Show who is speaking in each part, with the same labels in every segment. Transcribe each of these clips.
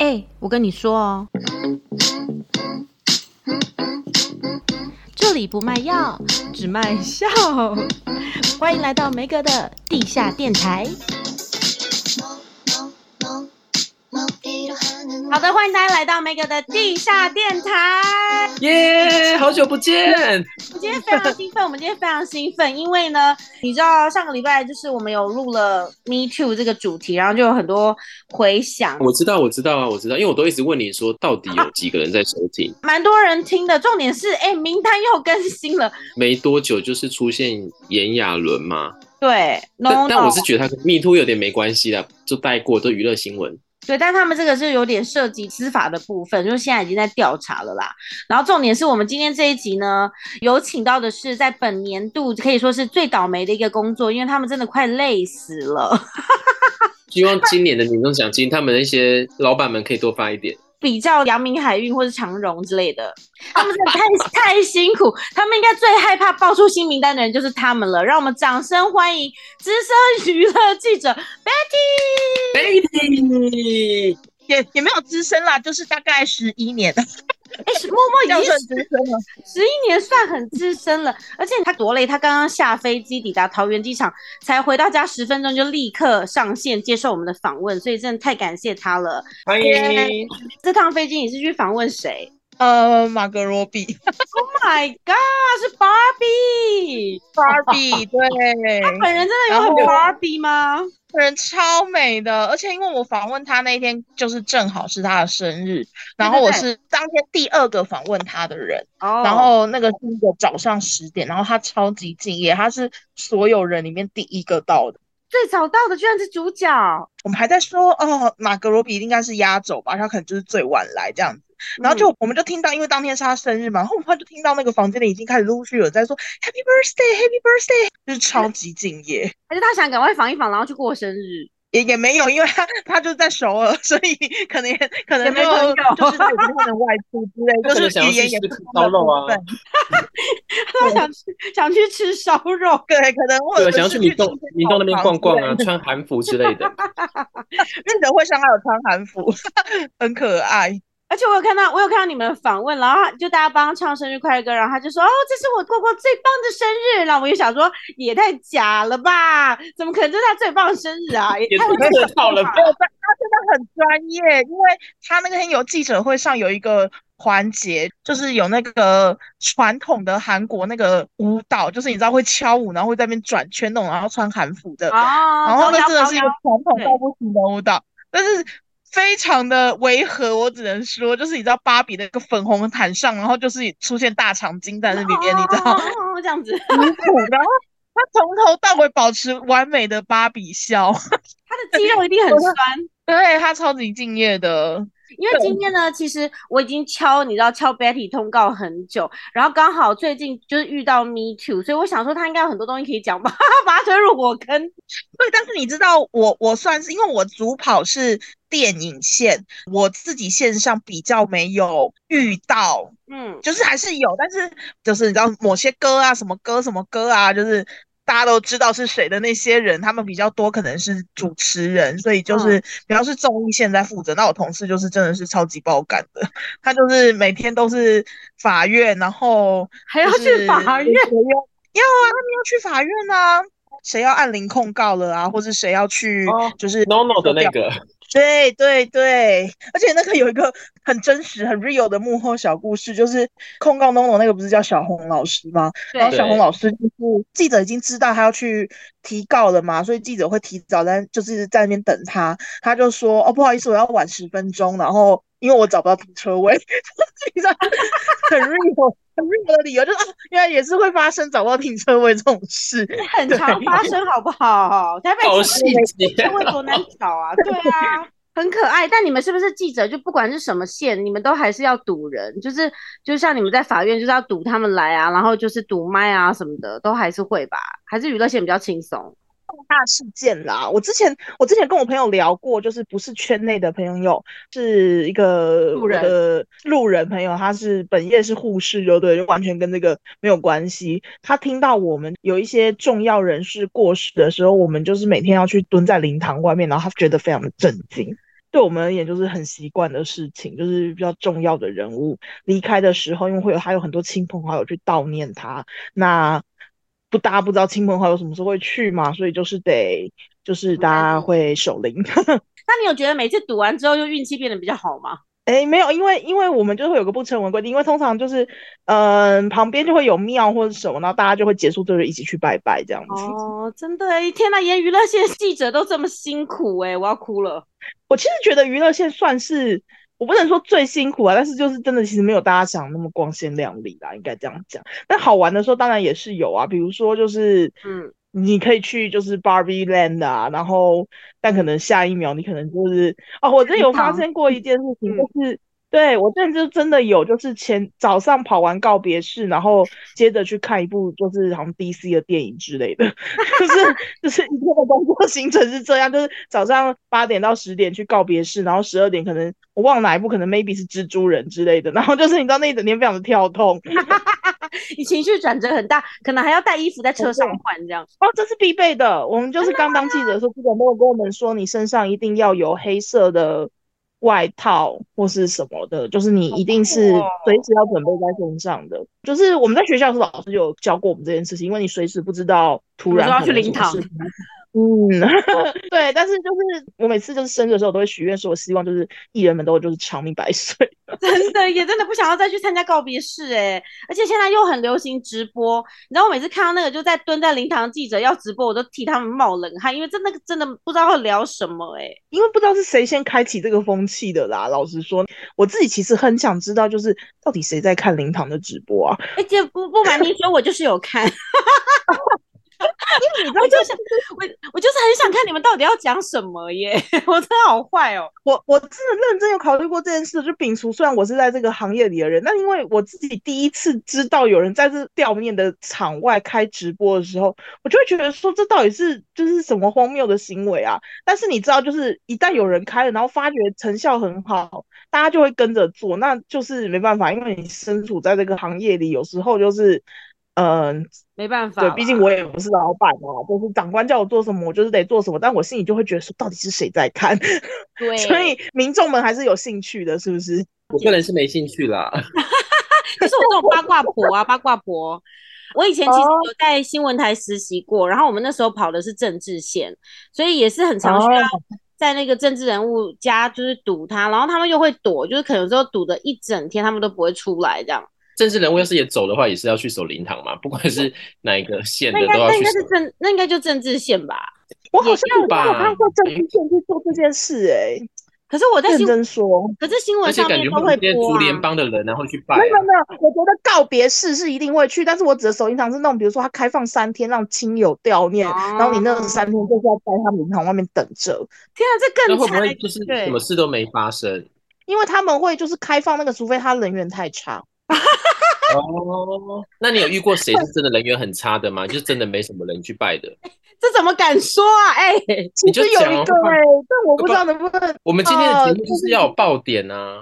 Speaker 1: 哎、我跟你说哦，这里不卖药，只卖笑。欢迎来到梅哥的地下电台。
Speaker 2: 하는
Speaker 1: 好的，欢迎大家来到梅哥的地下电台。
Speaker 3: 耶好久不见！
Speaker 1: 我今天非常兴奋，我们今天非常兴奋，因为呢，你知道上个礼拜就是我们有录了 Me Too 这个主题，然后就有很多回响，
Speaker 3: 我知道，我知道啊，我知道，因为我都一直问你说，到底有几个人在收听？
Speaker 1: 蛮多人听的。重点是，哎、名单又更新了。
Speaker 3: 没多久就是出现炎亚纶嘛，
Speaker 1: 对，No
Speaker 3: 但
Speaker 1: No，
Speaker 3: 但我是觉得他跟 Me Too 有点没关系啦，就带过，都娱乐新闻。
Speaker 1: 对，但他们这个是有点涉及司法的部分，就是现在已经在调查了啦。然后重点是我们今天这一集呢，有请到的是在本年度可以说是最倒霉的一个工作，因为他们真的快累死了。
Speaker 3: 希望今年的年终奖金，他们那些老板们可以多发一点。
Speaker 1: 比较阳明海运或是长荣之类的，他们 真的太太辛苦，他们应该最害怕爆出新名单的人就是他们了。让我们掌声欢迎资深娱乐记者 Betty。
Speaker 3: Baby，
Speaker 4: 也也没有资深啦，就是大概十一年，
Speaker 1: 哎、默默
Speaker 4: 这
Speaker 1: 已
Speaker 4: 样
Speaker 1: 经
Speaker 4: 算资深了。
Speaker 1: 十一年算很资深了，而且他多累，他刚刚下飞机抵达桃园机场，才回到家十分钟就立刻上线接受我们的访问，所以真的太感谢他了。
Speaker 3: 欢迎！
Speaker 1: 这趟飞机你是去访问谁
Speaker 4: 呃，马格罗比
Speaker 1: ？Oh my god，是 Barbie，
Speaker 4: ，Barbie，对，
Speaker 1: 她本人真的有很
Speaker 4: 然后
Speaker 1: Barbie 吗？
Speaker 4: 人超美的，而且因为我访问她那一天就是正好是她的生日，然后我是当天第二个访问她的人，
Speaker 1: 哦
Speaker 4: 然后那个是一个早上十点，然后她超级敬业，她是所有人里面第一个到的。
Speaker 1: 最早到的居然是主角，
Speaker 4: 我们还在说，哦，马格罗比应该是压轴吧，他可能就是最晚来这样子。
Speaker 1: 嗯
Speaker 4: 然后就、
Speaker 3: 嗯
Speaker 4: 我们就听到，因为当天是他生日嘛，然后我们就听到那个房间里已经开始陆续有人在说 Happy Birthday, Happy Birthday，就是超级敬业。
Speaker 1: 还是他想赶快防一防，然后去过生日。
Speaker 4: 也也没有，因为他他就在首尔，所以可能也可能
Speaker 1: 也没
Speaker 4: 就
Speaker 1: 朋友
Speaker 4: 就是也不能外出之类，
Speaker 3: 可
Speaker 4: 就
Speaker 3: 能
Speaker 4: 是
Speaker 3: 想要
Speaker 4: 语
Speaker 3: 去
Speaker 4: 言
Speaker 3: 吃
Speaker 4: 也不
Speaker 3: 吃
Speaker 4: 通
Speaker 3: 烧
Speaker 4: 的
Speaker 3: 肉
Speaker 4: 部
Speaker 3: 啊
Speaker 4: 分
Speaker 1: 他想去想去吃烧肉，
Speaker 4: 对，可能或
Speaker 3: 对
Speaker 4: 者
Speaker 3: 啊，想要去
Speaker 4: 是
Speaker 3: 明
Speaker 4: 吃
Speaker 3: 洞
Speaker 4: 吃
Speaker 3: 明洞那边
Speaker 4: 烤
Speaker 3: 逛
Speaker 4: 肠
Speaker 3: 逛
Speaker 4: 之类
Speaker 3: 啊，穿韩服之类的。
Speaker 4: 的，日本会上还有穿韩服， 很可爱。
Speaker 1: 而且我有看到我有看到你们的访问，然后他就大家帮他唱生日快乐歌，然后他就说哦，这是我过过最棒的生日，然后我就想说也太假了吧，怎么可能这是他最棒的生日啊？也
Speaker 3: 也
Speaker 1: 太
Speaker 3: 太客套了吧
Speaker 4: 没有，他他真的很专业，因为他那天有记者会上有一个环节，就是有那个传统的韩国那个舞蹈，就是你知道会敲舞，然后会在那边转圈那种，然后穿韩服的，
Speaker 1: 啊，
Speaker 4: 然后那
Speaker 1: 高
Speaker 4: 真
Speaker 1: 腰
Speaker 4: 的
Speaker 1: 高
Speaker 4: 是一个
Speaker 1: 腰
Speaker 4: 传统到不行的舞蹈，但是非常的违和，我只能说，就是你知道芭比的那个粉红毯上，然后就是出现大长今在那里面，你知道 嗯
Speaker 1: 哦，哦哦这样子，
Speaker 4: 很苦，然后他从头到尾保持完美的芭比笑，
Speaker 1: 他的肌肉一定很酸。
Speaker 4: 对他超级敬业的，
Speaker 1: 因为今天呢，其实我已经敲，你知道敲 Betty 通告很久，然后刚好最近就是遇到 Me Too，所以我想说他应该有很多东西可以讲吧，把他推 入火坑。
Speaker 4: 对，但是你知道我，我算是因为我主跑是电影线，我自己线上比较没有遇到，
Speaker 1: 嗯，
Speaker 4: 就是还是有，但是就是你知道某些歌啊，什么歌什么歌啊，就是大家都知道是谁的那些人，他们比较多可能是主持人，所以就是主要是综艺线在负责。那我同事就是真的是超级爆肝的，他就是每天都是法院，然后
Speaker 1: 还要去法院，
Speaker 4: 就是要啊，他们要去法院啊，谁要按铃控告了啊，或者谁要去
Speaker 3: 哦
Speaker 4: 就是。
Speaker 3: No No 的那个，
Speaker 4: 对对对，而且那个有一个很真实、很 real 的幕后小故事，就是控告 NONO 那个不是叫小红老师吗？然后
Speaker 1: 对
Speaker 4: 小
Speaker 3: 对
Speaker 4: 红老师就是记者已经知道他要去提告了嘛，所以记者会提早在就是在那边等他，他就说哦不好意思，我要晚十分钟，然后因为我找不到停车位， 你知道很 real 很 real 的理由就是啊，原来也是会发生找不到停车位这种事，
Speaker 1: 很常发生，好不好？台北
Speaker 3: 好
Speaker 1: 市
Speaker 3: 细节
Speaker 1: 社。会多难找啊，对啊。很可爱，但你们是不是记者？就不管是什么线，你们都还是要堵人，就是就像你们在法院就是要堵他们来啊，然后就是堵麦啊什么的，都还是会吧？还是娱乐线比较轻松？
Speaker 4: 大事件啦！我之前我之前跟我朋友聊过，就是不是圈内的朋友，是一个
Speaker 1: 路
Speaker 4: 我
Speaker 1: 人
Speaker 4: 的路人朋友，他是本业是护士，就对，就完全跟这个没有关系。他听到我们有一些重要人士过世的时候，我们就是每天要去蹲在灵堂外面，然后他觉得非常的震惊。对我们而言就是很习惯的事情，就是比较重要的人物离开的时候，因为会有还有很多亲朋好友去悼念他。那不大家不知道亲朋好友什么时候会去嘛，所以就是得就是大家会守灵。
Speaker 1: 那你有觉得每次赌完之后就运气变得比较好吗？
Speaker 4: 哎，没有，因为因为我们就会有个不成文规定，因为通常就是，嗯、旁边就会有庙或者什么，然后大家就会结束就是一起去拜拜这样子。
Speaker 1: 哦，真的哎，天呐，演娱乐线记者都这么辛苦哎，我要哭了。
Speaker 4: 我其实觉得娱乐线算是，我不能说最辛苦啊，但是就是真的其实没有大家想那么光鲜亮丽啦，应该这样讲。但好玩的时候当然也是有啊，比如说就是，
Speaker 1: 嗯，
Speaker 4: 你可以去就是 Barbie Land 啊，然后但可能下一秒你可能就是哦，我真的有发
Speaker 1: 天堂
Speaker 4: 生过一件事情，
Speaker 1: 嗯
Speaker 4: 就是对我真的就真的有，就是前早上跑完告别式，然后接着去看一部就是好像 DC 的电影之类的， 就是就是一天的工作行程是这样，就是早上八点到十点去告别式，然后十二点可能我忘了哪一部，可能 maybe 是蜘蛛人之类的，然后就是你知道那一整天非常的跳动，
Speaker 1: 你情绪转折很大，可能还要带衣服在车上换这样。
Speaker 4: 哦，这是必备的。我们就是刚当记者的时候，记者都有跟我们说，你身上一定要有黑色的外套或是什么的，就是你一定是
Speaker 1: 好酷哦
Speaker 4: 随时要准备在身上的。就是我们在学校的时候，老师就有教过我们这件事情，因为你随时不知道突然
Speaker 1: 你说要
Speaker 4: 可
Speaker 1: 去
Speaker 4: 能有
Speaker 1: 灵
Speaker 4: 什么
Speaker 1: 堂
Speaker 4: 事情嗯， 对，但是就是我每次就是生日的时候，我都会许愿说，我希望就是艺人们都就是长命百岁。
Speaker 1: 真的也真的不想要再去参加告别式哎，而且现在又很流行直播，你知道我每次看到那个就在蹲在灵堂记者要直播，我都替他们冒冷汗，因为真的真的不知道要聊什么哎。
Speaker 4: 因为不知道是谁先开启这个风气的啦。老实说，我自己其实很想知道，就是到底谁在看灵堂的直播啊？
Speaker 1: 而且哎不不瞒您说，我就是有看，
Speaker 4: 因为你知道
Speaker 1: 我，就是我我就是很想看你们到底要讲什么耶， 我真的好坏哦。
Speaker 4: 我我真的认真有考虑过这件事，就摒除虽然我是在这个行业里的人，但因为我自己第一次知道有人在这悼念的场外开直播的时候，我就会觉得说这到底是就是什么荒谬的行为啊！但是你知道，就是一旦有人开了，然后发觉成效很好，大家就会跟着做，那就是没办法，因为你身处在这个行业里，有时候就是。嗯，
Speaker 1: 没办法
Speaker 4: 对
Speaker 1: 啦，，
Speaker 4: 毕竟我也不是老板啊，就是长官叫我做什么，我就是得做什么。但我心里就会觉得说，到底是谁在看？
Speaker 1: 对，
Speaker 4: 所以民众们还是有兴趣的，是不是？
Speaker 3: 我个人是没兴趣啦。
Speaker 1: 就是我这种八卦婆 啊，八卦婆。我以前其实
Speaker 4: 哦
Speaker 1: 有在新闻台实习过，然后我们那时候跑的是政治线，所以也是很常需要
Speaker 4: 哦
Speaker 1: 在那个政治人物家就是堵他，然后他们又会躲，就是可能之后堵的一整天，他们都不会出来这样。
Speaker 3: 政治人物要是也走的话，也是要去守灵堂嘛，不管是哪一个县
Speaker 1: 那
Speaker 3: 的
Speaker 1: 应该
Speaker 3: 都要
Speaker 1: 那应
Speaker 3: 去
Speaker 1: 该
Speaker 3: 守
Speaker 1: 是。政，那应该就政治线吧。
Speaker 4: 我好像有
Speaker 3: 吧
Speaker 4: 看我看过郑伊健去做这件事、 欸，
Speaker 1: 可是我在
Speaker 4: 认
Speaker 1: 新，
Speaker 4: 真说，
Speaker 1: 可是新
Speaker 3: 而
Speaker 1: 闻
Speaker 3: 且
Speaker 1: 上
Speaker 3: 感
Speaker 1: 面
Speaker 3: 觉
Speaker 1: 都会
Speaker 3: 会有一些
Speaker 1: 播
Speaker 3: 竹联
Speaker 1: 啊。
Speaker 3: 帮的人，然后去拜啊。
Speaker 4: 没有没有，我觉得告别式是一定会去，但是我指的守灵堂是那种，比如说他开放三天让亲友悼念，
Speaker 1: 哦
Speaker 4: 然后你那三天就是要在他们灵堂外面等着，
Speaker 1: 天啊，这
Speaker 3: 那
Speaker 1: 更
Speaker 3: 会不
Speaker 1: 惨
Speaker 3: 会就是
Speaker 1: 对
Speaker 3: 什么事都没发生？
Speaker 4: 因为他们会就是开放那个，除非他人缘太差。
Speaker 3: 哦，那你有遇过谁是真的人缘很差的吗？就是真的没什么人去拜的。
Speaker 1: 这怎么敢说啊？哎、
Speaker 4: 其实
Speaker 3: 就
Speaker 4: 有
Speaker 3: 讲
Speaker 4: 一
Speaker 3: 啊
Speaker 4: 个
Speaker 3: 不
Speaker 4: 哎、
Speaker 3: 然
Speaker 4: 但我不知道能不能
Speaker 3: 我们今天
Speaker 1: 呃
Speaker 3: 的节目就是要有爆点啊！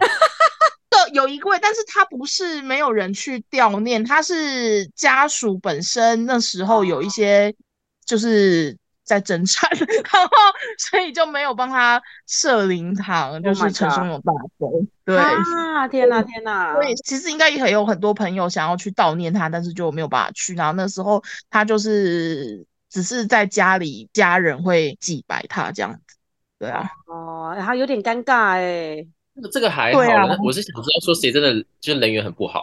Speaker 4: 的有一位，但是他不是没有人去悼念，他是家属本身那时候
Speaker 1: 哦
Speaker 4: 有一些就是在争产， 然后所以就没有帮他设灵堂，就
Speaker 1: Oh my
Speaker 4: 是陈
Speaker 1: God
Speaker 4: 松勇大哥。对，
Speaker 1: 啊，天哪、天哪、
Speaker 4: 所以其实应该也有很多朋友想要去悼念他，但是就没有办法去。然后那时候他就是只是在家里，家人会祭拜他这样子。对啊，
Speaker 1: 哦，然后有点尴尬哎、
Speaker 3: 这个这个还好
Speaker 4: 对啊
Speaker 3: 啦，那我是想知道说谁真的就是人缘很不好。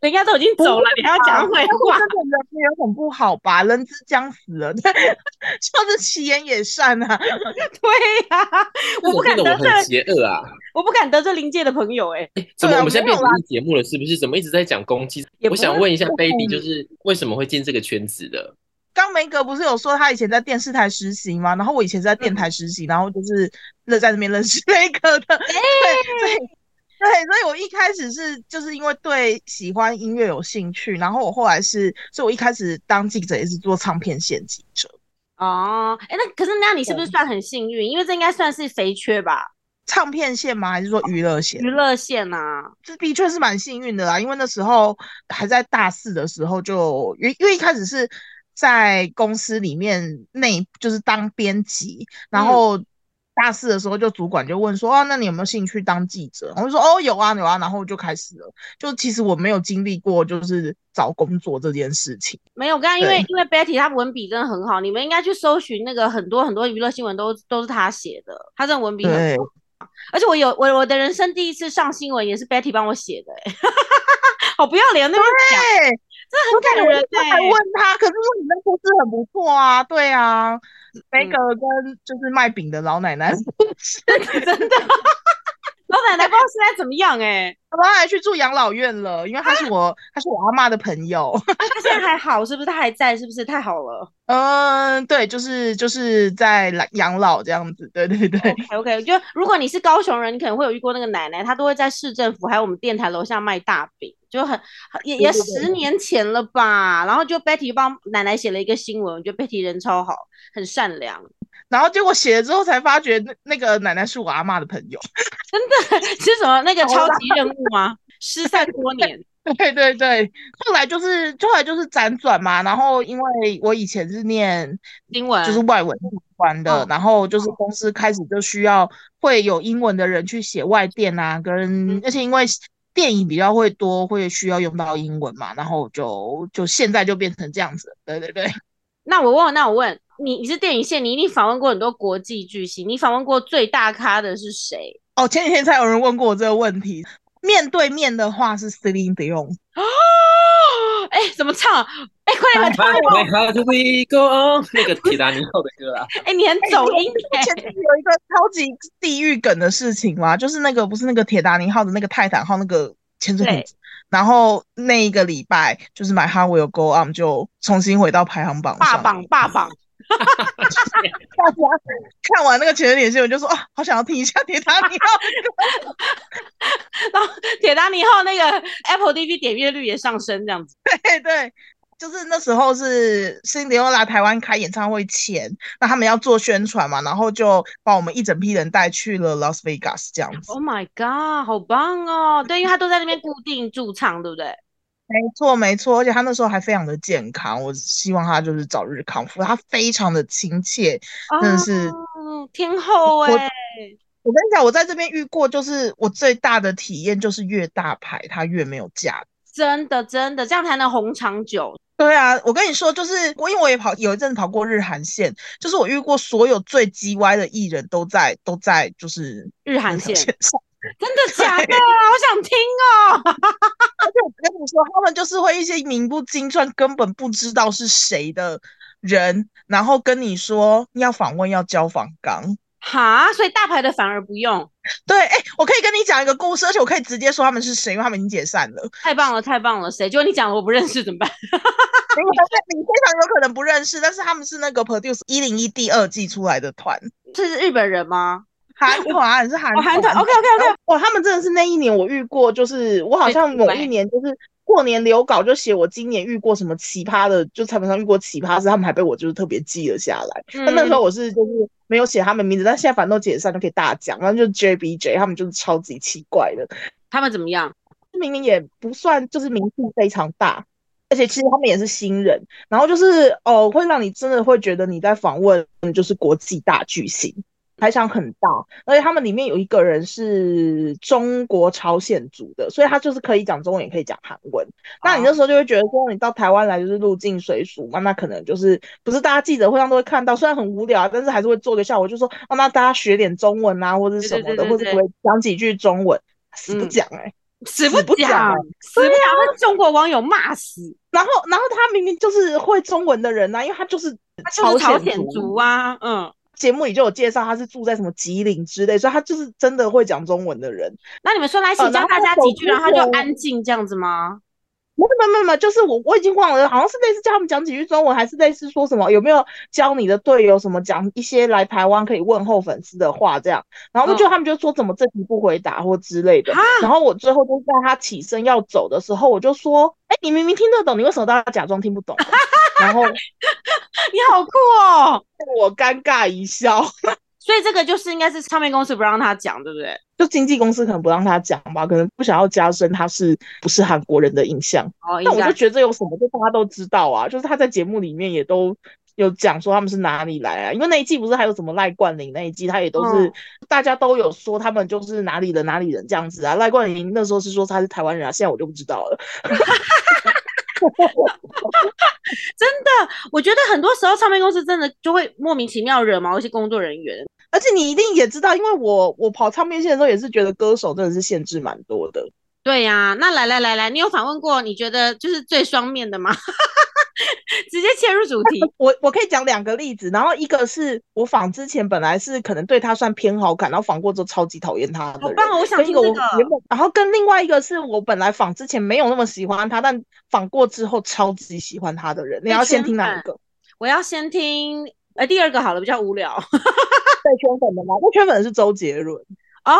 Speaker 1: 人家都已经走了，你还要讲
Speaker 4: 但
Speaker 1: 坏
Speaker 4: 是
Speaker 1: 话？
Speaker 4: 这个人也很不好吧？人之将死了， 就是其言也善啊。
Speaker 1: 对呀、我不敢
Speaker 3: 变得
Speaker 1: 得
Speaker 3: 我
Speaker 1: 罪，
Speaker 3: 很邪恶啊！
Speaker 1: 我不敢得罪灵界的朋友哎、
Speaker 3: 怎么
Speaker 4: 对啊
Speaker 3: 我们现在
Speaker 4: 没有
Speaker 3: 变成节目了？是不是？怎么一直在讲攻击
Speaker 1: 也？不
Speaker 3: 我想
Speaker 1: 会
Speaker 3: 问一下 baby，
Speaker 4: 嗯
Speaker 3: 就是为什么会进这个圈子的？
Speaker 4: 刚梅格不是有说他以前在电视台实习吗？然后我以前是在
Speaker 1: 嗯
Speaker 4: 电台实习，然后就是认在那边认识梅格的， 对，
Speaker 1: 哎
Speaker 4: 所以对，所以我一开始是就是因为对喜欢音乐有兴趣，然后我后来是，所以我一开始当记者也是做唱片线记者，
Speaker 1: 哦，哎、那可是那你是不是算很幸运？因为这应该算是肥缺吧，
Speaker 4: 唱片线吗？还是说娱乐线？
Speaker 1: 娱乐线啊。
Speaker 4: 这的确是蛮幸运的啦，因为那时候还在大四的时候就，因为因为一开始是在公司里面内就是当编辑，然后大四的时候，就主管就问说啊，那你有没有兴趣当记者？我就说哦，有啊，有啊，然后就开始了。就其实我没有经历过就是找工作这件事情。
Speaker 1: 没有，刚刚因为
Speaker 4: 对
Speaker 1: 因为 Betty 她文笔真的很好，你们应该去搜寻那个很多很多娱乐新闻都都是她写的，她真的文笔很
Speaker 4: 对
Speaker 1: 好。而且我有我我的人生第一次上新闻也是 Betty 帮我写的、欸，好不要脸，那边讲
Speaker 4: 对，
Speaker 1: 真的很感人
Speaker 4: 我
Speaker 1: 哎、
Speaker 4: 还问他，可是说你那故事很不错啊，对啊，那个跟就是卖饼的老奶奶，
Speaker 1: 真的，老奶奶不知道现在怎么样哎、
Speaker 4: 他还去住养老院了，因为他是我他是我阿妈的朋友，
Speaker 1: 她现在还好是不是？她还在是不是？太好了。
Speaker 4: 嗯，对，就是就是在来养老这样子，对对对，
Speaker 1: OK OK，就如果你是高雄人，你可能会有遇过那个奶奶，她都会在市政府还有我们电台楼下卖大饼，就很也也
Speaker 4: 对对对
Speaker 1: 十年前了吧。然后就 Betty 帮奶奶写了一个新闻，我觉得 Betty 人超好，很善良，
Speaker 4: 然后结果写了之后才发觉那那个奶奶是我阿妈的朋友，
Speaker 1: 真的是什么那个超级任务吗？失散多年，
Speaker 4: 对对对，后来就是后来就是辗转嘛，然后因为我以前是念
Speaker 1: 新闻
Speaker 4: 就是外文相关的
Speaker 1: 嗯，
Speaker 4: 然后就是公司开始就需要会有英文的人去写外电啊，跟
Speaker 1: 嗯
Speaker 4: 而且因为电影比较会多，会需要用到英文嘛，然后就就现在就变成这样子，对对对，
Speaker 1: 那我问，那我问你，你是电影线，你一定访问过很多国际巨星，你访问过最大咖的是谁？
Speaker 4: 哦，前几天才有人问过我这个问题，面对面的话是 Celine Dion，
Speaker 1: 哦，哎，怎么唱啊？哎，快点，快
Speaker 3: 拜
Speaker 1: 点帮我，
Speaker 3: 拜，How do we go on？那个铁达尼号的歌 啊，
Speaker 1: 哎，你很走音哎。
Speaker 4: 前阵子有一个超级地狱梗的事情嘛，就是那个不是那个铁达尼号的那个泰坦号那个潜水艇
Speaker 1: 对，
Speaker 4: 然后那一个礼拜就是 My Heart Will Go On 就重新回到排行榜
Speaker 1: 霸
Speaker 4: 上，
Speaker 1: 榜霸榜，
Speaker 4: 大家看完那个潜水艇新闻就说啊，好想要听一下铁达尼号，
Speaker 1: 然后 铁达尼号那个 Apple TV 点阅率也上升，这样子。
Speaker 4: 对哎对。就是那时候是辛迪欧来台湾开演唱会前，那他们要做宣传嘛，然后就把我们一整批人带去了 Las Vegas 这样子。
Speaker 1: Oh my god，好棒哦！对，因为他都在那边固定驻唱，对不 对？
Speaker 4: 没错，没错，而且他那时候还非常的健康，我希望他就是早日康复。他非常的亲切，真的是
Speaker 1: 哦天后
Speaker 4: 我
Speaker 1: 哎、
Speaker 4: 我跟你讲，我在这边遇过，就是我最大的体验就是越大牌它越没有价值。
Speaker 1: 真的真的，这样才能红长久。
Speaker 4: 对啊，我跟你说，就是我因为我也跑有一阵子跑过日韩线，就是我遇过所有最 G 歪的艺人都在都在就是
Speaker 1: 日韩
Speaker 4: 那条
Speaker 1: 线
Speaker 4: 上。
Speaker 1: 真的假 的啊？好想听哦！
Speaker 4: 而且我跟你说，他们就是会一些名不经传、根本不知道是谁的人，然后跟你说要访问要交访纲。
Speaker 1: 哈，所以大牌的反而不用，
Speaker 4: 对，哎、我可以跟你讲一个故事，而且我可以直接说他们是谁，因为他们已经解散了。
Speaker 1: 太棒了，太棒了！谁？就你讲了我不认识怎么办？
Speaker 4: 你非你非常有可能不认识，但是他们是那个 Produce 一零一第二季出来的团，
Speaker 1: 这是日本人吗？
Speaker 4: 韩团是韩
Speaker 1: 哦，韩团。OK OK OK，
Speaker 4: 哇，他们真的是那一年我遇过，就是我好
Speaker 1: 最
Speaker 4: 像
Speaker 1: 酷
Speaker 4: 某
Speaker 1: 欸
Speaker 4: 一年就是过年留稿就写我今年遇过什么奇葩的，就采访上遇过奇葩事，他们还被我就是特别记了下来。那那时
Speaker 1: 嗯
Speaker 4: 候我是就是没有写他们名字，但现在反正都解散就可以大讲，然后就 JBJ 他们就是超级奇怪的。
Speaker 1: 他们怎么样？
Speaker 4: 明明也不算就是名气非常大，而且其实他们也是新人，然后就是哦，会让你真的会觉得你在访问就是国际大巨星，排场很大，而且他们里面有一个人是中国朝鲜族的，所以他就是可以讲中文也可以讲韩文。那你
Speaker 1: 哦
Speaker 4: 那时候就会觉得说，你到台湾来就是入境随俗嘛，那可能就是不是大家记者会上都会看到，虽然很无聊啊，但是还是会做个效果，就说哦，那大家学点中文啊，或者是什么
Speaker 1: 对对
Speaker 4: 的，
Speaker 1: 对
Speaker 4: 或者
Speaker 1: 对
Speaker 4: 可以讲几句中文，死不
Speaker 1: 嗯
Speaker 4: 讲哎、
Speaker 1: 死
Speaker 4: 死
Speaker 1: 不
Speaker 4: 不讲
Speaker 1: 讲
Speaker 4: 啊，
Speaker 1: 死不讲，被中国网友骂死。
Speaker 4: 然后，然后他明明就是会中文的人啊呐、因为他就是
Speaker 1: 他就是朝
Speaker 4: 鲜
Speaker 1: 鲜族。啊，嗯，
Speaker 4: 节目里就有介绍，他是住在什么吉林之类，所以他就是真的会讲中文的人。
Speaker 1: 那你们说来，请
Speaker 4: 呃
Speaker 1: 教
Speaker 4: 然后
Speaker 1: 大家
Speaker 4: 走
Speaker 1: 几句，哦
Speaker 4: 之
Speaker 1: 然后他就
Speaker 4: 前
Speaker 1: 安静这样子吗？
Speaker 4: 没有没有没有，就是我我已经忘了，好像是类似叫他们讲几句中文，还是类似说什么有没有教你的队友什么讲一些来台湾可以问候粉丝的话这样。然后就
Speaker 1: 嗯
Speaker 4: 他们就说怎么这题不回答或之类的。
Speaker 1: 啊，
Speaker 4: 然后我最后就在他起身要走的时候，我就说：“哎，你明明听得懂，你为什么都要假装听不懂？” 然后
Speaker 1: 你好酷哦！
Speaker 4: 我尴尬一笑。
Speaker 1: 所以这个就是应该是唱片公司不让他讲，对不对？
Speaker 4: 就经纪公司可能不让他讲吧，可能不想要加深他是不是韩国人的印象。
Speaker 1: 哦，应
Speaker 4: 但我
Speaker 1: 该
Speaker 4: 就觉得这有什么，就大家都知道啊，就是他在节目里面也都有讲说他们是哪里来啊，因为那一季不是还有什么赖冠霖那一季，他也都是、
Speaker 1: 嗯
Speaker 4: 大家都有说他们就是哪里人哪里人这样子啊。赖冠霖那时候是说他是台湾人啊，现在我就不知道了。
Speaker 1: 我觉得很多时候唱片公司真的就会莫名其妙惹毛一些工作人员。
Speaker 4: 而且你一定也知道，因为我我跑唱片线的时候也是觉得歌手真的是限制蛮多的。
Speaker 1: 对呀、那来来来来，你有访问过你觉得就是最双面的吗？ 直接切入主题，
Speaker 4: 我我可以讲两个例子，然后一个是我访之前本来是可能对他算偏好感，然后访过之后超级讨厌他的
Speaker 1: 好
Speaker 4: 人
Speaker 1: 棒！哦！我想
Speaker 4: 跟一
Speaker 1: 听
Speaker 4: 个
Speaker 1: 这
Speaker 4: 我
Speaker 1: 个。
Speaker 4: 原本，然后跟另外一个是我本来访之前没有那么喜欢他，但访过之后超级喜欢他的人。你
Speaker 1: 被
Speaker 4: 要先
Speaker 1: 圈
Speaker 4: 听哪一
Speaker 1: 粉
Speaker 4: 个？
Speaker 1: 我要先听呃第二个好了，比较无聊
Speaker 4: 被圈粉的吗？被圈粉的是周杰伦。
Speaker 1: 哦。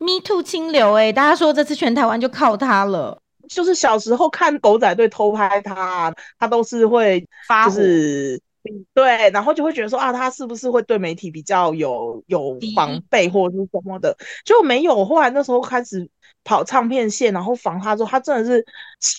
Speaker 1: Me too 清流哎、大家说这次全台湾就靠他了，
Speaker 4: 就是小时候看狗仔队偷拍他，啊他都是会
Speaker 1: 发
Speaker 4: 就
Speaker 1: 火
Speaker 4: 是嗯对，然后就会觉得说啊，他是不是会对媒体比较有有
Speaker 1: 敌意
Speaker 4: 防备或者是什么的？就没有。后来那时候开始跑唱片线，然后防他之后，他真的是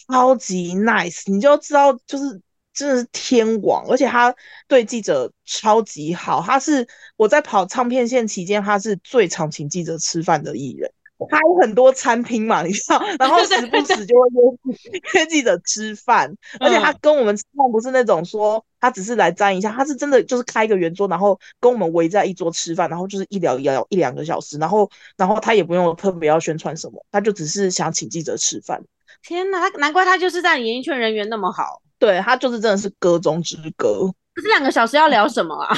Speaker 4: 超级 nice，你就知道就是。真的是天王，而且他对记者超级好。他是我在跑唱片线期间，他是最常请记者吃饭的艺人。开很多餐厅嘛，你知道，然后时不时就会约约记 者吃饭，而且他跟我们吃饭不是那种说他只是来沾一下，他是真的就是开一个圆桌，然后跟我们围在一桌吃饭，然后就是一聊一聊一两个小时，然后然后他也不用特别要宣传什么，他就只是想请记者吃饭。
Speaker 1: 天哪，他难怪他就是在演艺圈人缘那么好。
Speaker 4: 对他就是真的是歌中之歌，
Speaker 1: 这两个小时要聊什么啊？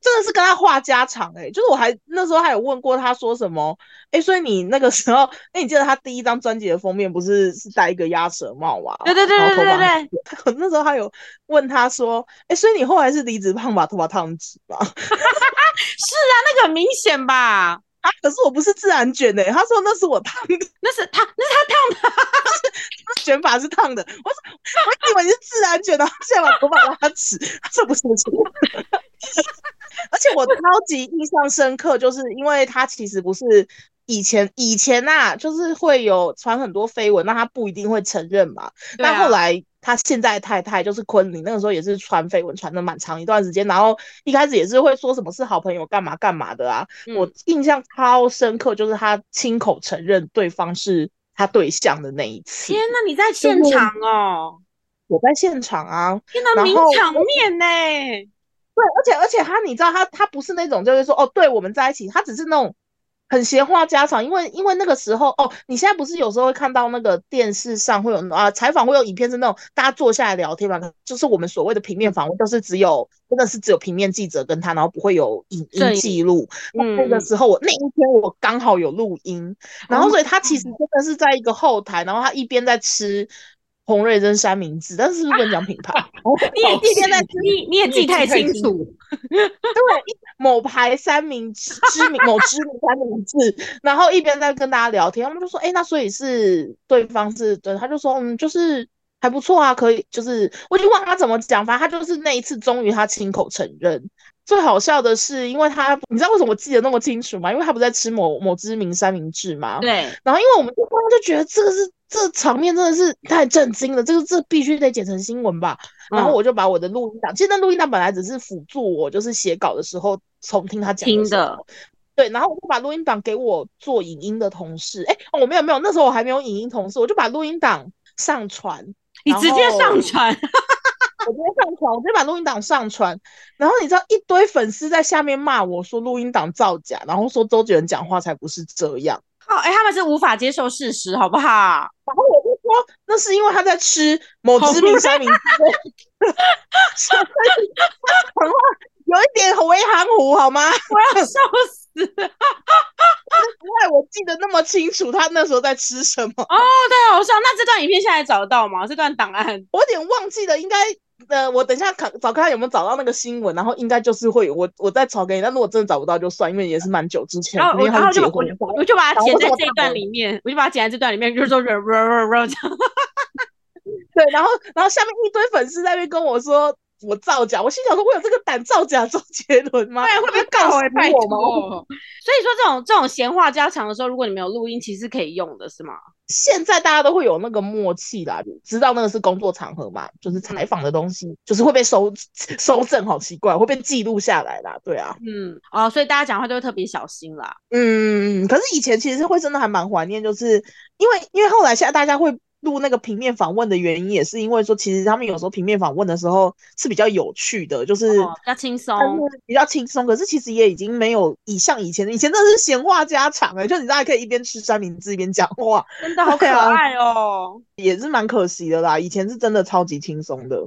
Speaker 4: 真的是跟他话家常哎、就是我还那时候还有问过他说什么哎、所以你那个时候 哎、你记得他第一张专辑的封面不是是戴一个鸭舌帽嘛？
Speaker 1: 对对对
Speaker 4: 然后
Speaker 1: 对
Speaker 4: 头
Speaker 1: 对
Speaker 4: 发很
Speaker 1: 对对，
Speaker 4: 我那时候还有问他说：“哎、所以你后来是离职胖把头发烫直吧？”
Speaker 1: 啊那个很明显吧？
Speaker 4: 啊，可是我不是自然卷的、欸他说那是我烫的，
Speaker 1: 那是他，那是
Speaker 4: 卷发是烫的。我说我以为你是自然卷的，现在把头发拉直。他说不是 不是。而且我超级印象深刻，就是因为他其实不是以前以前呐、就是会有传很多绯闻，那他不一定会承认嘛。
Speaker 1: 他。对
Speaker 4: 但
Speaker 1: 啊
Speaker 4: 后来他现在太太就是昆凌，那个时候也是传绯闻传的蛮长一段时间，然后一开始也是会说什么是好朋友干嘛干嘛的啊。我
Speaker 1: 嗯
Speaker 4: 印象超深刻，就是他亲口承认对方是他对象的那一次，
Speaker 1: 天哪，你在现
Speaker 4: 就是
Speaker 1: 场哦！
Speaker 4: 我在现场啊。
Speaker 1: 天哪，
Speaker 4: 然
Speaker 1: 名
Speaker 4: 后
Speaker 1: 场面呢、
Speaker 4: 对，而且而且他，你知道他他不是那种就是说哦，对我们在一起，他只是那种很闲话家常。因为因为那个时候哦，你现在不是有时候会看到那个电视上会有啊采访会有影片是那种大家坐下来聊天嘛，就是我们所谓的平面访问，就是只有真的是只有平面记者跟他，然后不会有影
Speaker 1: 摄
Speaker 4: 音
Speaker 1: 影
Speaker 4: 记录。
Speaker 1: 嗯哦
Speaker 4: 那个时候我那一天我刚好有录音，然后所以他其实真的是在一个后台，然后他一边在吃洪瑞珍三明治，但是是不能讲品 牌。
Speaker 1: 你也
Speaker 3: 好
Speaker 1: 记
Speaker 3: 细
Speaker 1: 在你你也
Speaker 3: 你
Speaker 1: 记
Speaker 3: 也记
Speaker 1: 太
Speaker 3: 太
Speaker 1: 清
Speaker 3: 清
Speaker 1: 楚，
Speaker 4: 某牌三明治知名某知名三明治，然后一边在跟大家聊天，他们就说：“哎、那所以是对方是对，他就说嗯，就是还不错啊，可以，就是我已经忘了他怎么讲，反正他就是那一次，终于他亲口承认。最好笑的是，因为他你知道为什么我记得那么清楚吗？因为他不是在吃某某知名三明治吗？
Speaker 1: 对，
Speaker 4: 然后因为我们就刚刚就觉得这个是这场面真的是太震惊了，这个这必须得剪成新闻吧。然后
Speaker 1: 嗯
Speaker 4: 我就把我的录音档，其实那录音档本来只是辅助我，就是写稿的时候重听他讲
Speaker 1: 听
Speaker 4: 的时
Speaker 1: 的
Speaker 4: 候。对，然后我就把录音档给我做影音的同事，哎、哦我没有没有，那时候我还没有影音同事，我就把录音档上传，
Speaker 1: 你
Speaker 4: 然
Speaker 1: 直接上
Speaker 4: 后
Speaker 1: 传，
Speaker 4: 我直接上传，我直接把录音档上传，然后你知道一堆粉丝在下面骂我说录音档造假，然后说周杰伦讲话才不是这样。
Speaker 1: 好，哎、他们是无法接受事实，好不 好？
Speaker 4: 然后我就说，那是因为他在吃某知名三明治， 所以他讲话有一点微含糊，好吗？
Speaker 1: 我要笑死了，
Speaker 4: 因为我记得那么清楚，他那时候在吃什么，
Speaker 1: 太好笑。啊那这段影片现在找得到吗？这段档案？
Speaker 4: 我有点忘记了，应该。呃，我等一下看找看看有没有找到那个新闻，然后应该就是会有我我再传给你。但如果真的找不到就算，因为也是蛮久之前，
Speaker 1: 然后
Speaker 4: 因
Speaker 1: 我
Speaker 4: 为
Speaker 1: 然
Speaker 4: 他
Speaker 1: 后
Speaker 4: 们
Speaker 1: 就把
Speaker 4: 结
Speaker 1: 我
Speaker 4: 婚
Speaker 1: 就
Speaker 4: 了。
Speaker 1: 我就把它
Speaker 4: 然后
Speaker 1: 剪
Speaker 4: 我
Speaker 1: 在
Speaker 4: 怎么
Speaker 1: 这一
Speaker 4: 看
Speaker 1: 段
Speaker 4: 的
Speaker 1: 里面，我就把它剪在这段里面， 就是说 r r r r 这样。
Speaker 4: 对，然后然后下面一堆粉丝在那边跟我说，我造假，我心想说，我有这个胆造假周杰伦吗？
Speaker 1: 对，会啊 被
Speaker 4: 告
Speaker 1: 告
Speaker 4: 死
Speaker 1: 回拜
Speaker 4: 我吗？
Speaker 1: 托。所以说这种这种闲话家常的时候，如果你们有录音，其实可以用的是吗？
Speaker 4: 现在大家都会有那个默契啦，知道那个是工作场合嘛，
Speaker 1: 嗯
Speaker 4: 就是采访的东西，就是会被收 收证，好奇怪，会被记录下来啦。对啊，
Speaker 1: 嗯，哦，所以大家讲话都会特别小心啦。
Speaker 4: 嗯，可是以前其实会真的还蛮怀念，就是因为因为后来现在大家会录那个平面访问的原因，也是因为说其实他们有时候平面访问的时候是比较有趣的，就是。
Speaker 1: 哦，比较轻松。
Speaker 4: 但是比较轻松，可是其实也已经没有以像以前，以前真的是闲话家常哎、就你大家可以一边吃三明治一边讲话，
Speaker 1: 真的好可
Speaker 4: 啊
Speaker 1: 爱哦。
Speaker 4: 也是蛮可惜的啦。以前是真的超级轻松的。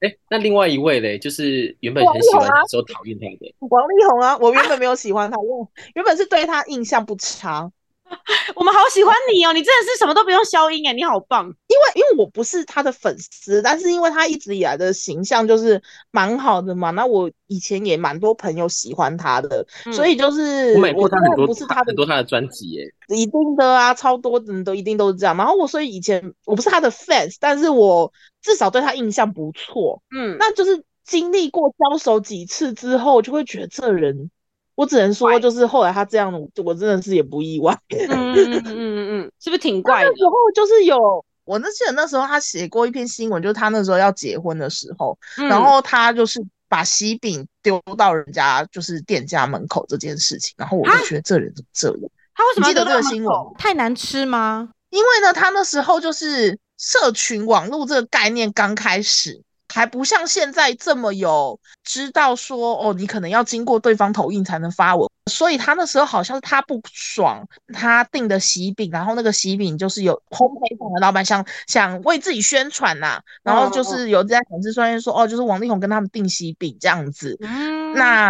Speaker 3: 哎，那另外一位嘞，就是原本很喜欢他的时候讨厌他的，
Speaker 4: 王力宏啊，我原本没有喜欢他，因为原本是对他印象不差，
Speaker 1: 我们好喜欢你哦，你真的是什么都不用消音哎，你好棒。
Speaker 4: 因为因为我不是他的粉丝，但是因为他一直以来的形象就是蛮好的嘛，那我以前也蛮多朋友喜欢他的，
Speaker 1: 嗯
Speaker 4: 所以就是
Speaker 3: 我买过
Speaker 4: 我
Speaker 3: 他
Speaker 4: 当
Speaker 3: 很
Speaker 4: 然
Speaker 3: 多
Speaker 4: 不是他的
Speaker 3: 很多他的专辑耶，
Speaker 4: 一定的啊，超多的人都一定都是这样。然后我所以以前我不是他的 fans，但是我至少对他印象不错。
Speaker 1: 嗯，
Speaker 4: 那就是经历过交手几次之后，就会觉得这人，我只能说就是后来他这样，我真的是也不意外。
Speaker 1: 嗯嗯嗯嗯嗯，是不是挺怪 的
Speaker 4: 那？时候就是有，我那记得那时候他写过一篇新闻，就是他那时候要结婚的时候，
Speaker 1: 嗯
Speaker 4: 然后他就是把喜饼丢到人家就是店家门口这件事情，然后我
Speaker 1: 啊
Speaker 4: 就觉得这人怎么这样。
Speaker 1: 他为什么要
Speaker 4: 你记得
Speaker 1: 留到
Speaker 4: 这个新闻
Speaker 1: 门口太难吃吗？
Speaker 4: 因为呢，他那时候就是社群网络这个概念刚开始，还不像现在这么有知道说哦，你可能要经过对方同意才能发文，所以他那时候好像是他不爽他订的喜饼，然后那个喜饼就是有烘焙坊的老板想想为自己宣传呐、然后
Speaker 1: 嗯
Speaker 4: 就
Speaker 1: 嗯
Speaker 4: 是有在粉丝专业说哦，就是王力宏跟他们订喜饼这样子，
Speaker 1: 嗯，
Speaker 4: 那。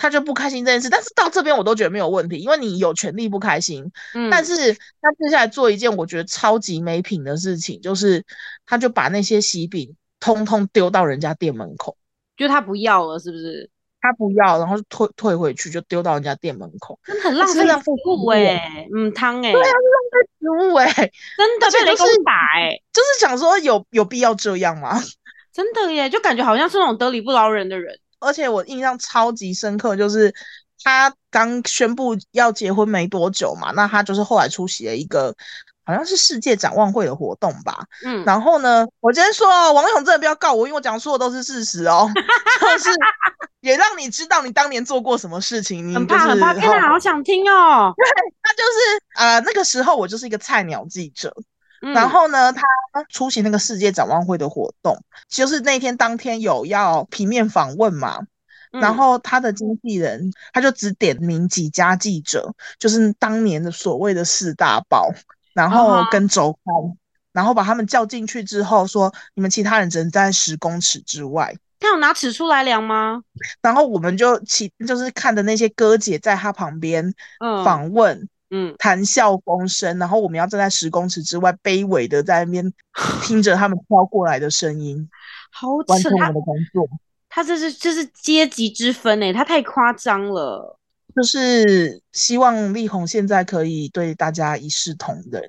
Speaker 4: 他就不开心这件事，但是到这边我都觉得没有问题，因为你有权利不开心，
Speaker 1: 嗯
Speaker 4: 但是他接下来做一件我觉得超级没品的事情，就是他就把那些喜饼通通丢到人家店门口，
Speaker 1: 就他不要了，是不是？
Speaker 4: 他不要，然后就退退回去，就丢到人家店门口。
Speaker 1: 真的很浪
Speaker 4: 是
Speaker 1: 费
Speaker 4: 浪
Speaker 1: 食
Speaker 4: 费食
Speaker 1: 物
Speaker 4: 物欸
Speaker 1: 哎，嗯，汤哎，
Speaker 4: 因为
Speaker 1: 真的
Speaker 4: 而且
Speaker 1: 被雷
Speaker 4: 就
Speaker 1: 公
Speaker 4: 是
Speaker 1: 打哎，
Speaker 4: 就是想说有有必要这样吗？
Speaker 1: 真的耶，就感觉好像是那种得理不饶人的人。
Speaker 4: 而且我印象超级深刻，就是他刚宣布要结婚没多久嘛，那他就是后来出席了一个好像是世界展望会的活动吧，
Speaker 1: 嗯，
Speaker 4: 然后呢，我今天说哦王力宏真的不要告我，因为我讲说的都是事实哦， 就是也让你知道你当年做过什么事情。你
Speaker 1: 很
Speaker 4: 就
Speaker 1: 怕很
Speaker 4: 是
Speaker 1: 怕，天哪，
Speaker 4: 哦
Speaker 1: 好想听 哦。
Speaker 4: 他就是呃那个时候我就是一个菜鸟记者，
Speaker 1: 嗯
Speaker 4: 然后呢，他出席那个世界展望会的活动，就是那天当天有要平面访问嘛，然
Speaker 1: 嗯
Speaker 4: 后他的经纪人他就只点名几家记者，就是当年的所谓的四大报，然后
Speaker 1: 啊哈
Speaker 4: 跟周刊，然后把他们叫进去之后说，你们其他人只能站在十公尺之外。
Speaker 1: 他有拿尺出来量吗？
Speaker 4: 然后我们就其就是看的那些哥姐在他旁边
Speaker 1: 嗯，
Speaker 4: 访问，
Speaker 1: 嗯，
Speaker 4: 谈笑风生，然后我们要站在十公尺之外，卑微的在 那边听着他们飘过来的声音，
Speaker 1: 好
Speaker 4: 完
Speaker 1: 扯，
Speaker 4: 成我
Speaker 1: 他
Speaker 4: 们的工作。
Speaker 1: 他这是这是阶级之分哎，他太夸张了。
Speaker 4: 就是希望力宏现在可以对大家一视同仁。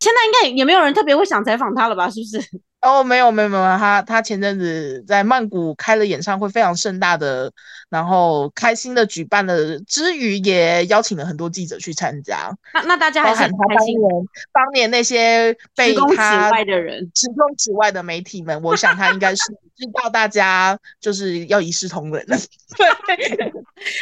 Speaker 1: 现在应该也没有人特别会想采访他了吧？是不是？
Speaker 4: 哦，没有没有没有，他他前阵子在曼谷开了演唱会，非常盛大的，然后开心的举办了之余，也邀请了很多记者去参加，
Speaker 1: 那那大家还
Speaker 4: 包
Speaker 1: 是
Speaker 4: 含
Speaker 1: 很
Speaker 4: 他
Speaker 1: 开
Speaker 4: 当
Speaker 1: 心。
Speaker 4: 年当年那些被
Speaker 1: 十公尺
Speaker 4: 他
Speaker 1: 外的人，
Speaker 4: 十公尺外的媒体们，我想他应该 是知道大家就是要一视同仁的。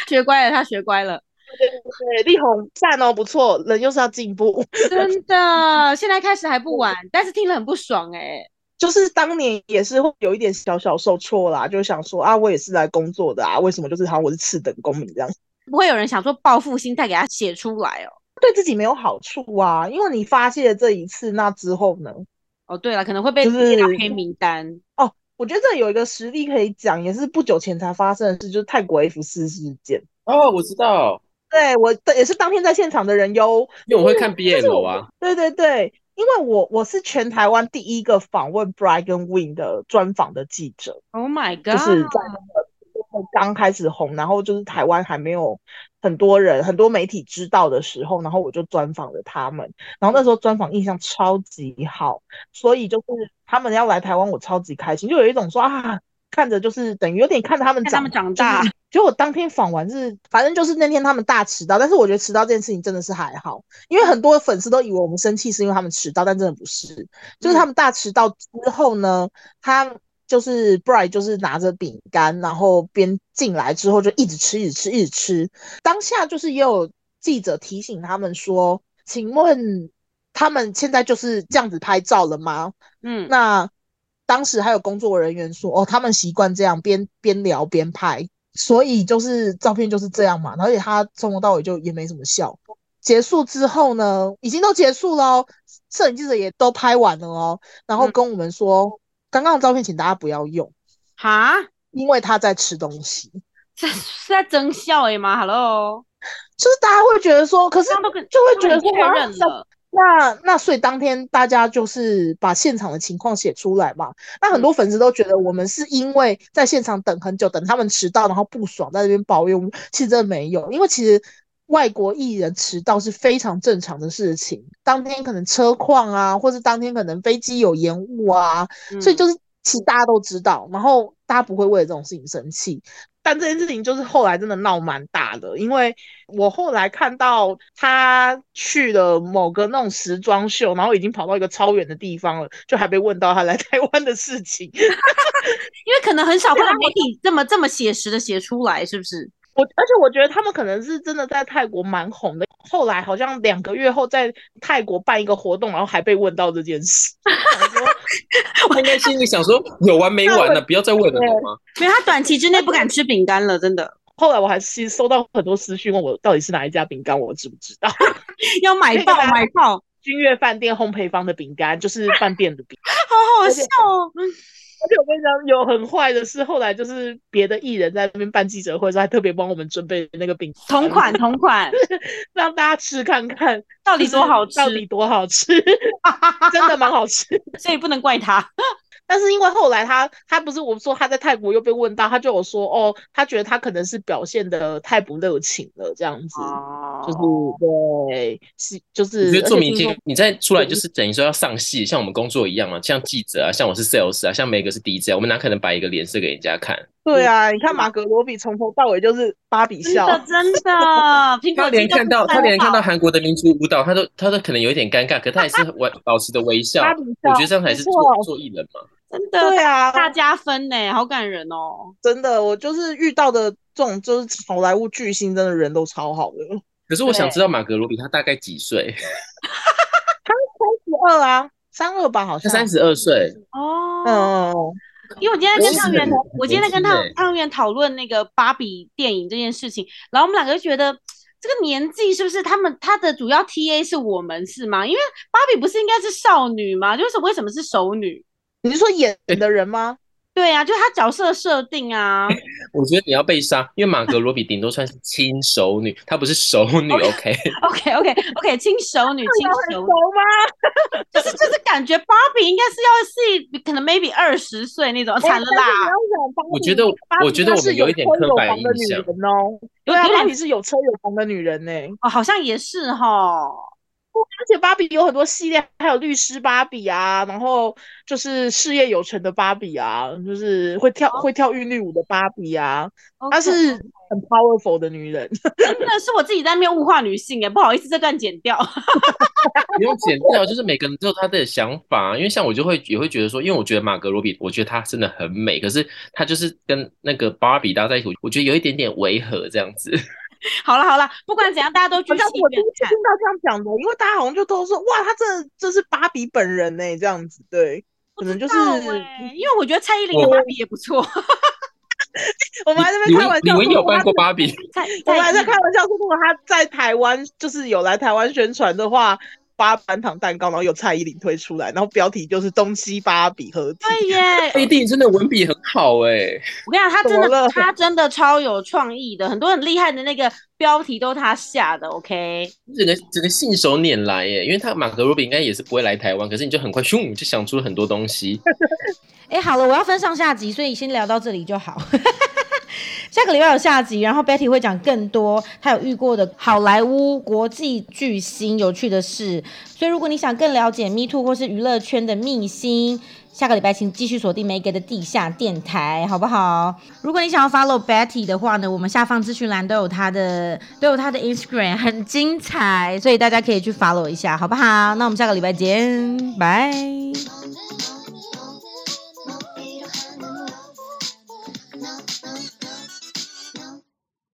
Speaker 1: 学乖了，他学乖 了，
Speaker 4: 对，力宏赞哦，不错，人就是要进步。
Speaker 1: 真的。现在开始还不晚，但是听了很不爽哎、
Speaker 4: 就是当年也是会有一点小小受挫啦，就想说啊，我也是来工作的啊，为什么就是好像我是次等公民这样，
Speaker 1: 不会有人想说报复心态给他写出来哦。
Speaker 4: 对自己没有好处啊，因为你发泄了这一次，那之后呢？
Speaker 1: 哦，对了，可能会被
Speaker 4: 就
Speaker 1: 列到
Speaker 4: 是
Speaker 1: 黑名单。
Speaker 4: 我觉得这有一个实例可以讲，也是不久前才发生的事，就是泰国 F 四事件。
Speaker 3: 哦，我知道，
Speaker 4: 对我的也是当天在现场的人哟，
Speaker 3: 因为我会看
Speaker 4: 就是我
Speaker 3: BL 啊，
Speaker 4: 对对对，因为我我是全台湾第一个访问 Brian 跟 Win 的专访的记者，
Speaker 1: Oh my god！
Speaker 4: 就是在那个刚开始红，然后就是台湾还没有很多人、很多媒体知道的时候，然后我就专访了他们，然后那时候专访印象超级好，所以就是他们要来台湾，我超级开心，就有一种说啊。看着就是等于有点看着他们
Speaker 1: 看他
Speaker 4: 长
Speaker 1: 们长大
Speaker 4: 就是。结果当天访完是，反正就是那天他们大迟到，但是我觉得迟到这件事情真的是还好，因为很多粉丝都以为我们生气是因为他们迟到，但真的不是，就是他们大迟到之后呢，他就是 Bright 就是拿着饼干，然后边进来之后就一直吃，一直吃，一直吃。当下就是也有记者提醒他们说，请问他们现在就是这样子拍照了吗？
Speaker 1: 嗯，
Speaker 4: 那当时还有工作人员说，哦，他们习惯这样边边聊边拍，所以就是照片就是这样嘛。而且他从头到尾就也没什么笑。结束之后呢，已经都结束了哦，摄影记者也都拍完了哦，然后
Speaker 1: 嗯
Speaker 4: 跟我们说，刚刚的照片请大家不要用，
Speaker 1: 哈，
Speaker 4: 因为他在吃东西。
Speaker 1: 这是在争笑诶吗？Hello，
Speaker 4: 就是大家会觉得说，可是
Speaker 1: 这样都跟
Speaker 4: 就会觉得
Speaker 1: 都
Speaker 4: 说
Speaker 1: 很确认
Speaker 4: 啊
Speaker 1: 了，
Speaker 4: 那那所以当天大家就是把现场的情况写出来嘛。那很多粉丝都觉得我们是因为在现场等很久，等他们迟到，然后不爽，在那边抱怨。其实真的没有，因为其实外国艺人迟到是非常正常的事情。当天可能车况啊，或是当天可能飞机有延误啊，所以
Speaker 1: 嗯
Speaker 4: 就是其实大家都知道，然后大家不会为了这种事情生气。但这件事情就是后来真的闹蛮大的，因为我后来看到他去了某个那种时装秀，然后已经跑到一个超远的地方了，就还被问到他来台湾的事情。
Speaker 1: 因为可能很少
Speaker 4: 啊
Speaker 1: 会有媒体这么这么写实的写出来，是不是？
Speaker 4: 我而且我觉得他们可能是真的在泰国蛮红的，后来好像两个月后在泰国办一个活动，然后还被问到这件事。 想说
Speaker 3: 他应该心里想说有完没 完呢、啊不要再问了好吗？
Speaker 1: 没有，他短期之内不敢吃饼干了，真的
Speaker 4: 后来我还是收到很多私讯，问我到底是哪一家饼干，我知不知道？
Speaker 1: 要买爆
Speaker 4: 啊
Speaker 1: 买爆，
Speaker 4: 君悦饭店烘焙坊的饼干，就是饭店的饼干。
Speaker 1: 好好笑哦！嗯
Speaker 4: 而且我跟你讲，有很坏的是，后来就是别的艺人在那边办记者会的时候，还特别帮我们准备那个饼干
Speaker 1: 同款，同款，
Speaker 4: 让大家吃看看
Speaker 1: 到底多好
Speaker 4: 就
Speaker 1: 吃
Speaker 4: 是，到底多好吃，真的蛮好吃。
Speaker 1: 所以不能怪他。
Speaker 4: 但是因为后来他他不是我说他在泰国又被问到，他就有说哦，他觉得他可能是表现的太不热情了，这样子，
Speaker 1: 哦
Speaker 4: 就是对，是就是
Speaker 3: 我觉得做明
Speaker 4: 而且听
Speaker 3: 星
Speaker 4: 说，
Speaker 3: 你再出来就是等于说要上戏，像我们工作一样嘛，像记者啊，像我是 sales 啊，像梅格是 DJ，啊我们哪可能摆一个脸色给人家看？
Speaker 4: 对啊，你看马格罗比从头到尾就是芭比
Speaker 1: 真
Speaker 4: 笑，
Speaker 1: 的真 的，苹
Speaker 3: 他
Speaker 1: 果
Speaker 3: 连
Speaker 1: 肌都
Speaker 3: 看到
Speaker 1: 不是
Speaker 3: 他连
Speaker 1: 很好
Speaker 3: 看到韩国的民族舞蹈，他都他都可能有一点尴尬，可他还是 微保持着微笑。
Speaker 4: 芭比
Speaker 3: 我
Speaker 4: 笑，
Speaker 3: 觉得这样才是
Speaker 4: 啊没
Speaker 3: 做
Speaker 4: 错
Speaker 3: 做艺人嘛。
Speaker 1: 真
Speaker 4: 对
Speaker 1: 的
Speaker 4: 啊，
Speaker 1: 大加分呢，好感人哦。
Speaker 4: 真的，我就是遇到的这种就是好莱坞巨星，真的人都超好的。
Speaker 3: 可是我想
Speaker 1: 对
Speaker 3: 知道马格罗比他大概几岁？
Speaker 4: 啊十二啊，三二吧，好
Speaker 3: 他
Speaker 4: 像
Speaker 3: 三。十二岁，
Speaker 1: 哦，
Speaker 4: 嗯，
Speaker 1: 因为我今天在跟汤圆
Speaker 3: 真的，
Speaker 1: 我今天在跟
Speaker 3: 年
Speaker 1: 汤
Speaker 3: 轻欸
Speaker 1: 汤圆讨论那个芭比电影这件事情，然后我们两个就觉得这个年纪是不是他们他的主要 TA 是我们是吗？因为芭比不是应该是少女吗？就是为什么是熟女？
Speaker 4: 你是说演的人吗？
Speaker 1: 对啊，就是她角色设定 啊，
Speaker 3: 我觉得你要被杀，因为马格罗比顶多算是轻熟女，她不是熟女。OK，
Speaker 4: 哦
Speaker 1: OK OK OK，轻熟女，轻 熟女，
Speaker 4: 吗？
Speaker 1: 就是就是感觉芭比应该是要是可能 maybe 二十岁那种，惨了啦，
Speaker 3: 我觉得我觉得我们有一点刻板印象。
Speaker 4: 哦。对啊，
Speaker 1: 有
Speaker 4: 芭
Speaker 1: 点
Speaker 4: 比是有车有房的女人呢、
Speaker 1: 哦，好像也是哈。
Speaker 4: 而且芭比有很多系列，还有律师芭比啊，然后就是事业有成的芭比啊，就是会跳、会跳韵律舞的芭比啊，她
Speaker 1: OK
Speaker 4: 是很 powerful 的女人。
Speaker 1: 真的是我自己在那边物化女性哎，不好意思，这段剪掉。
Speaker 3: 不用剪掉，就是每个人都有他的想法。因为像我就会也会觉得说，因为我觉得马格罗比，我觉得她真的很美，可是她就是跟那个芭比搭在一起，我觉得有一点点违和这样子。
Speaker 1: 好了好了，不管怎样，大家都去
Speaker 4: 好
Speaker 1: 戏
Speaker 4: 像我第
Speaker 1: 院
Speaker 4: 一次
Speaker 1: 看
Speaker 4: 听。到这样讲的，因为大家好像就都说哇，他这这是芭比本人呢、这样子对。可能就是嗯
Speaker 1: 到欸因为我觉得蔡依林的芭比也不错。
Speaker 4: 我们还在那
Speaker 3: 李
Speaker 4: 边开
Speaker 3: 玟
Speaker 4: 玩
Speaker 3: 李
Speaker 4: 笑说，
Speaker 3: 玟有扮过
Speaker 4: 如果
Speaker 3: 芭比，
Speaker 1: 蔡
Speaker 4: 他我们
Speaker 1: 蔡
Speaker 4: 还在
Speaker 1: 依
Speaker 4: 开玩笑说，如果他在台湾就是有来台湾宣传的话，芭板糖蛋糕，然后有蔡依林推出来，然后标题就是东西芭比合体。
Speaker 1: 对耶，
Speaker 3: 不一定真的文笔很好哎、
Speaker 1: 我跟你讲，他
Speaker 4: 哎怎
Speaker 1: 真
Speaker 4: 么
Speaker 1: 的
Speaker 4: 了
Speaker 1: 他真的超有创意的，很多很厉害的那个标题都是他下的。OK，
Speaker 3: 整个整个信手拈来哎、因为他马格罗比应该也是不会来台湾，可是你就很快咻就想出了很多东西。
Speaker 2: 哎，好了，我要分上下集，所以先聊到这里就好。
Speaker 1: 下个礼拜有下集，然后 Betty 会讲更多她有遇过的好莱坞国际巨星有趣的事。所以如果你想更了解 Me Too 或是娱乐圈的秘辛，下个礼拜请继续锁定梅格的地下电台，好不好？如果你想要 follow Betty 的话呢，我们下方资讯栏都有她的都有她的 Instagram，很精彩，所以大家可以去 follow 一下，好不好？那我们下个礼拜见，拜。
Speaker 5: Thank you.